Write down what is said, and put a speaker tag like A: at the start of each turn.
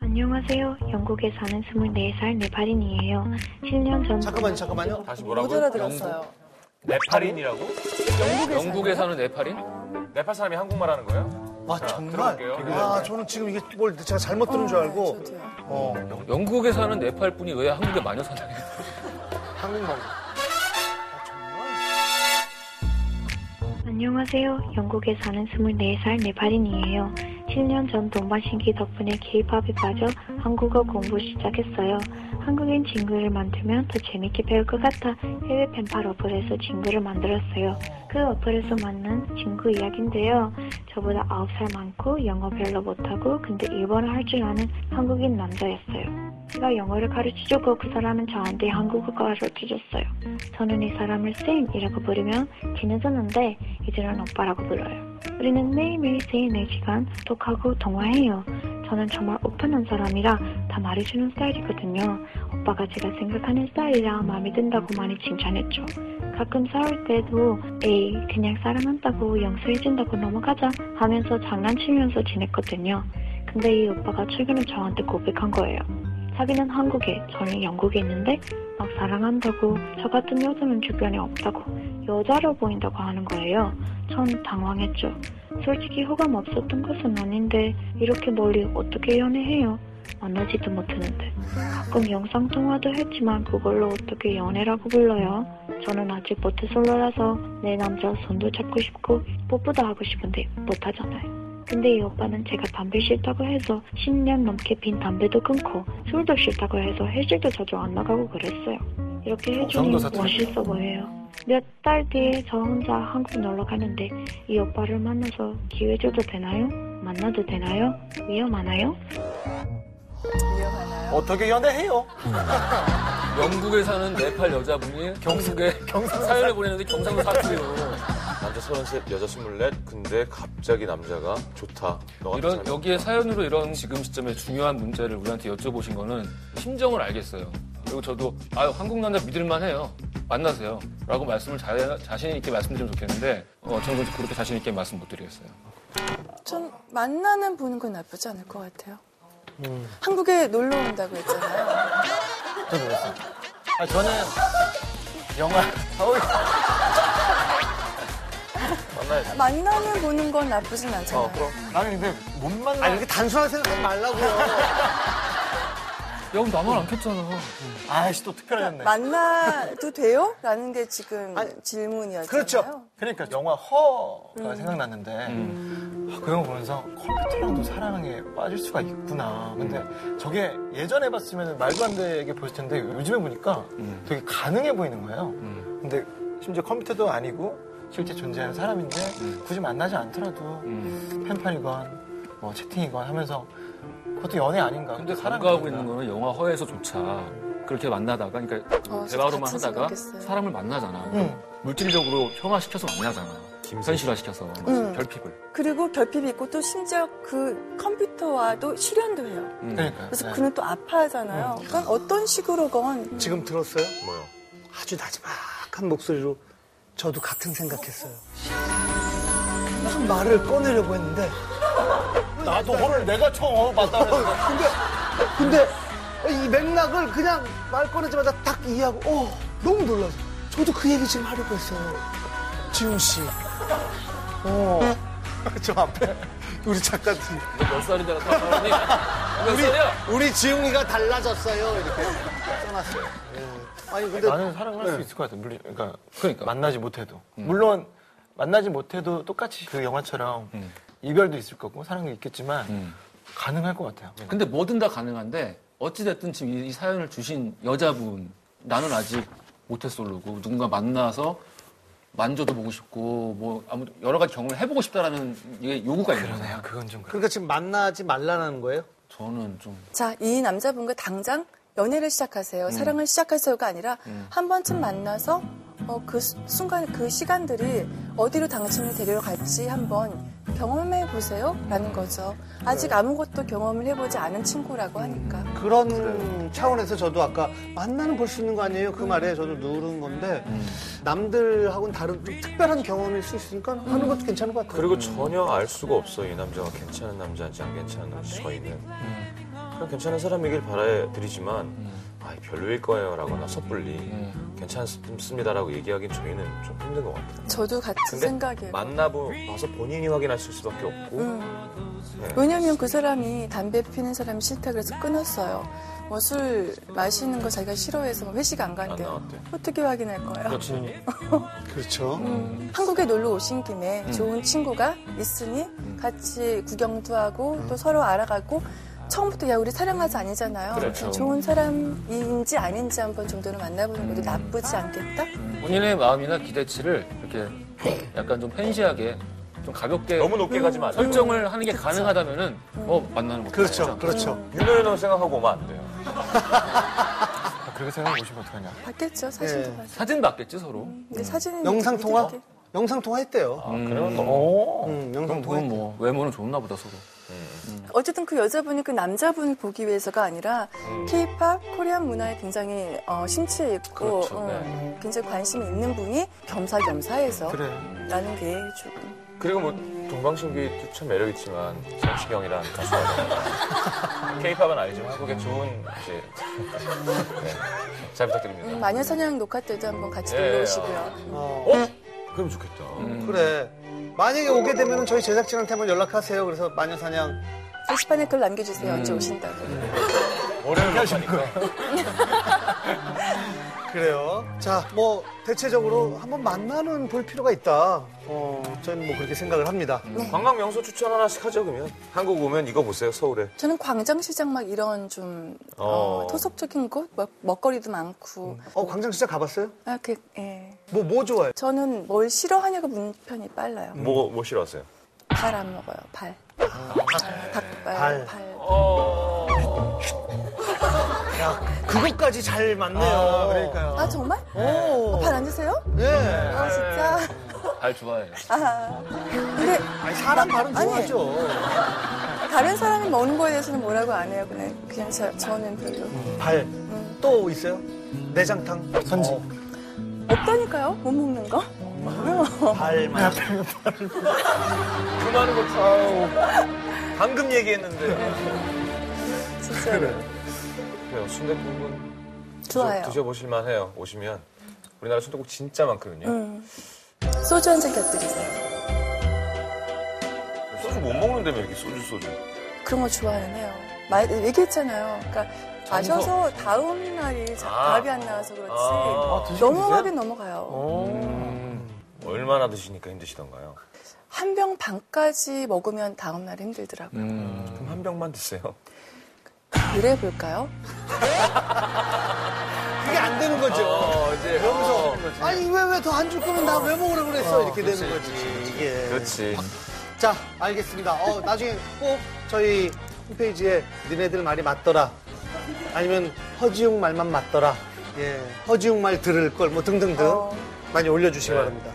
A: 안녕하세요. 영국에 사는 24살 네팔인이에요. 7년 전
B: 잠깐만요, 잠깐만요.
C: 다시
D: 못
C: 뭐라고요? 영국,
D: 알아들었어요.
C: 네팔인이라고?
E: 영국에 사는 네팔인?
C: 네팔 사람이 한국말 하는 거예요?
B: 아, 정말?
C: 들어볼게요.
B: 아, 저는 지금 이게 뭘 제가 잘못 들은 줄 알고.
D: 저도요.
B: 어,
E: 영국에 사는 네팔 분이 왜 한국에 마녀 사나요?
B: 한국말.
A: 안녕하세요. 영국에 사는 24살 네팔인이에요. 7년 전 동방신기 덕분에 케이팝에 빠져 한국어 공부 시작했어요. 한국인 친구를 만들면 더 재밌게 배울 것 같아 해외 펜팔 어플에서 친구를 만들었어요. 그 어플에서 만난 친구 이야기인데요. 저보다 9살 많고 영어 별로 못하고 근데 일본어 할 줄 아는 한국인 남자였어요. 제가 영어를 가르쳐주고 그 사람은 저한테 한국어 가르쳐줬어요. 저는 이 사람을 쌤이라고 부르면 친해졌는데 이제는 오빠라고 불러요. 우리는 매일매일 쌤 4시간 톡하고 통화해요. 저는 정말 오픈한 사람이라 다 말해주는 스타일이거든요. 오빠가 제가 생각하는 스타일이라 마음에 든다고 많이 칭찬했죠. 가끔 싸울 때도 에이 그냥 사랑한다고 용서해준다고 넘어가자 하면서 장난치면서 지냈거든요. 근데 이 오빠가 최근에 저한테 고백한 거예요. 자기는 한국에 저는 영국에 있는데 막 사랑한다고 저 같은 여자는 주변에 없다고 여자로 보인다고 하는 거예요. 전 당황했죠. 솔직히 호감 없었던 것은 아닌데 이렇게 멀리 어떻게 연애해요? 만나지도 못했는데 가끔 영상 통화도 했지만 그걸로 어떻게 연애라고 불러요? 저는 아직 모태솔로라서 내 남자 손도 잡고 싶고 뽀뽀도 하고 싶은데 못하잖아요. 근데 이 오빠는 제가 담배 싫다고 해서 10년 넘게 핀 담배도 끊고 술도 싫다고 해서 해질도 자주 안 나가고 그랬어요. 이렇게 해주니
C: 정도 사투리구나.
A: 멋있어 보여요. 몇 달 뒤에 저 혼자 한국 놀러 가는데 이 오빠를 만나서 기회 줘도 되나요? 만나도 되나요? 위험하나요?
D: 이어가나요?
B: 어떻게 연애해요?
E: 영국에 사는 네팔 여자분이 경북에 사연을 보냈는데 경상도 사투리로
C: 남자 34, 여자 24. 근데 갑자기 남자가 좋다. 너 같은
E: 이런
C: 사람이
E: 여기에 사연으로 이런 지금 시점에 중요한 문제를 우리한테 여쭤보신 거는 심정을 알겠어요. 그리고 저도 아 한국 남자 믿을만해요. 만나세요. 라고 말씀을 자, 자신 있게 말씀드리면 좋겠는데 어, 저는 그렇게 자신 있게 말씀 못 드리겠어요.
D: 전 만나는 보는 건 나쁘지 않을 것 같아요.
B: 음.
D: 한국에 놀러 온다고 했잖아요.
B: 아, 저는 영화.
C: 만나야지.
D: 만나는 보는 건 나쁘진 않잖아요.
C: 어, 그럼.
B: 나는 근데 못 만나. 아니, 이렇게 단순한 생각하지 말라고요.
E: 야 그럼 나만 안 폈잖아.
B: 아이씨, 또 특별해졌네.
D: 만나도 돼요? 라는 게 지금 질문이었잖아요.
B: 그렇죠. 그러니까 영화 허가
D: 음.
B: 생각났는데 아, 그 영화 보면서 컴퓨터랑도 사랑에 빠질 수가 있구나. 근데 저게 예전에 봤으면 말도 안 되게 보였을 텐데 요즘에 보니까 되게 가능해 보이는 거예요. 근데 심지어 컴퓨터도 아니고 실제 존재하는 사람인데 굳이 만나지 않더라도
E: 음.
B: 팬판이건 뭐 채팅이건 하면서 그것도 연애 아닌가.
E: 근데
B: 사랑이
E: 간과하고
B: 아닌가.
E: 있는 거는 영화 허에서조차 그렇게 만나다가 그러니까
D: 어, 저
E: 대화로만
D: 같은
E: 하다가
D: 생각했어요.
E: 사람을 만나잖아.
B: 응.
E: 물질적으로 형화시켜서 만나잖아. 현실화시켜서
D: 응.
E: 결핍을.
D: 그리고 결핍이 있고 또 심지어 그 컴퓨터와도 실현도 해요.
E: 응.
B: 그러니까요.
D: 그래서
B: 네. 음.
D: 그는 또 아파하잖아요. 그러니까 어떤 식으로건
F: 지금 들었어요?
C: 뭐요?
F: 아주 나지막한 목소리로 저도 같은 생각했어요. 무슨 말을 꺼내려고 했는데,
B: 나도 오늘 내가
F: 어,
B: 처음 봤다 그래서
F: 근데, 근데 이 맥락을 그냥 말 꺼내자마자 딱 이해하고, 어, 너무 놀라서. 저도 그 얘기 지금 하려고 했어요. 지훈 씨. 어.
B: 저 앞에
F: 우리 작가님.
E: 몇 살인지 알았더니 몇 살이야?
F: 우리 지웅이가 달라졌어요. 이렇게 써놨어요. 예. 아니, 근데.
B: 나는 사랑을
F: 네.
B: 할 수 있을 것 같아. 물론, 그러니까,
E: 그러니까. 음.
B: 만나지 못해도. 물론 만나지 못해도 똑같이 그 영화처럼
E: 음.
B: 이별도 있을 거고 사랑도 있겠지만 가능할 것 같아요. 그러니까.
E: 근데 뭐든 다 가능한데 어찌됐든 지금 이, 이 사연을 주신 여자분 나는 아직 모태솔로고 누군가 만나서 만져도 보고 싶고 뭐 아무 여러 가지 경험을 해보고 싶다라는 이게 요구가 있는 거잖아요.
B: 그건 좀 그래.
F: 그러니까 지금 만나지 말라는 거예요?
E: 저는 좀
D: 자, 이 남자분과 당장 연애를
C: 음.
D: 시작하세요. 사랑을 시작하세요가 아니라 한 번쯤 만나서 어, 그 수- 순간, 그 시간들이 어디로 당신을 데려갈지 한번 경험해 보세요. 라는 거죠.
C: 네.
D: 아직 아무것도 경험을 해보지 않은
C: 음.
D: 친구라고 하니까.
F: 그런 차원에서 저도 아까 만나는 볼 수 있는 거 아니에요? 그 말에 저도 누른 건데 남들하고는 다른 좀 특별한 경험일 수 있으니까 하는 것도 괜찮은 것 같아요. 음.
C: 그리고 전혀 알 수가 없어. 이 남자가 괜찮은 남자인지 안 괜찮은 남자인지 저희는. 그냥 괜찮은 사람이길 바라드리지만
E: 음.
C: 아 별로일 거예요라거나 섣불리 괜찮습니다라고 얘기하기는 저희는 좀 힘든 것 같아요.
D: 저도 같은
C: 근데
D: 그 생각이에요.
C: 만나보 봐서 본인이 확인하실 수밖에 없고
D: 음.
C: 네.
D: 왜냐면 그 사람이 담배 피는 사람이 싫다 그래서 끊었어요. 뭐 술 마시는 거 자기가 싫어해서 뭐 회식 안
C: 안
D: 간대요.
C: 나왔대. 그러니까
D: 어떻게 확인할 거예요?
F: 그렇죠.
D: 음, 한국에 놀러 오신 김에 좋은 친구가 있으니 같이 구경도 하고 또 서로 알아가고 처음부터 야 우리 사랑하자 아니잖아요.
E: 그렇죠.
D: 좋은 사람인지 아닌지 한번 정도는 만나보는 것도 나쁘지 않겠다.
E: 음. 본인의 마음이나 기대치를 이렇게 약간 좀 팬시하게 좀 가볍게 음.
C: 너무 높게 가지 마세요.
E: 설정을 하는 게 가능하다면은 어 만나는 거
F: 그렇죠. 그렇죠.
C: 음. 유명해놓은 생각하고 오면 안 돼요.
B: 아, 그렇게 생각하면 오시면 어떡하냐.
D: 봤겠죠 사진도
F: 예.
D: 봤어.
E: 사진 받겠지 서로.
D: 근데 사진
F: 영상 통화?
D: 음.
F: 영상 통화 했대요.
C: 아, 음. 그러면 뭐.
E: 음.
C: 너무
B: 오.
F: 음, 영상
E: 그럼
F: 통화.
E: 그건 뭐 외모는 좋나 보다 서로.
D: 어쨌든 그 여자분이 그 남자분을 보기 위해서가 아니라 케이팝 코리안 문화에 굉장히 어, 심취해 있고
E: 그렇죠,
D: 어,
E: 네.
D: 굉장히 관심이 있는 분이 겸사겸사해서
B: 그래.
D: 나는 게 조금
C: 그리고 뭐 동방신기도 참 매력있지만 성시경이란 가수가 케이팝은 아니지만 한국의 좋은 이제 네. 잘 부탁드립니다.
D: 음, 마녀사냥 녹화 때도 한번 같이
C: 예,
D: 놀러 오시고요.
F: 어, 음.
C: 어? 그럼 좋겠다.
F: 그래. 만약에 오게 되면 저희 제작진한테 한번 연락하세요. 그래서 마녀사냥.
D: 게시판에 글 남겨주세요.
F: 음.
D: 언제 오신다고.
C: 월요일 하니까
F: 그래요. 자, 뭐, 대체적으로 한번 만나는 볼 필요가 있다. 어, 저희는 뭐 그렇게 생각을 합니다.
C: 관광 명소 추천 하나씩 하죠 그러면 한국 오면 이거 보세요 서울에
D: 저는 광장시장 막 이런 좀 어,
C: 어.
D: 토속적인 곳, 뭐, 먹, 먹거리도 많고.
F: 어, 광장 진짜 가봤어요?
D: 아, 그, 예.
F: 뭐, 뭐 좋아해?
D: 저는 뭘 싫어하냐고 문편이 빨라요.
F: 음.
C: 뭐, 뭐 싫어하세요?
D: 발 안 먹어요. 발. 아, 닭발,
F: 발. 어.
D: 발.
F: 그것까지 잘 맞네요. 그러니까요.
D: 아 정말?
F: 오.
D: 발 안 드세요?
F: 예.
D: 아 진짜.
E: 잘 좋아해요.
D: 아. 근데
F: 아니, 사람 발음
D: 아니.
F: 좋아하죠.
D: 다른 사람이 먹는 거에 대해서는 뭐라고 안 해요. 그냥 그냥 저, 저는 별로
F: 발. 또 있어요? 내장탕.
B: 선지.
D: 없다니까요. 못 먹는 거.
F: 어, 발만.
C: 그 많은 걸 참. 방금 얘기했는데.
D: 진짜
C: 그래요. 순대국은
D: 좋아요.
C: 드셔보실만 해요. 오시면. 우리나라 순대국 진짜 많거든요.
D: 음. 소주 한 잔 곁들이세요.
C: 소주 못 먹는데 왜 이렇게 소주 소주.
D: 그런 거 좋아하는 해요. 말 얘기했잖아요. 그러니까 마셔서 다음 날이 자-
C: 아.
D: 답이 안 나와서 그렇지.
C: 아,
D: 넘어가긴 넘어가요.
C: 얼마나 드시니까 힘드시던가요?
D: 한 병 반까지 먹으면 다음 날 힘들더라고요.
C: 그럼 한 병만 드세요. 음.
D: 그래 볼까요?
F: 그게 안 되는 거죠.
C: 어, 이제
F: 어, 그러면서 아니 왜 왜 더 안 줄 거면 나 왜 먹으라 그랬어 이렇게 되는 거지. 예.
C: 그렇지.
F: 자 알겠습니다. 어 나중에 꼭 저희 홈페이지에 니네들 말이 맞더라 아니면 허지웅 말만 맞더라 예 허지웅 말 들을 걸 뭐 등등등
D: 어.
F: 많이 올려주시기
C: 네.
F: 바랍니다.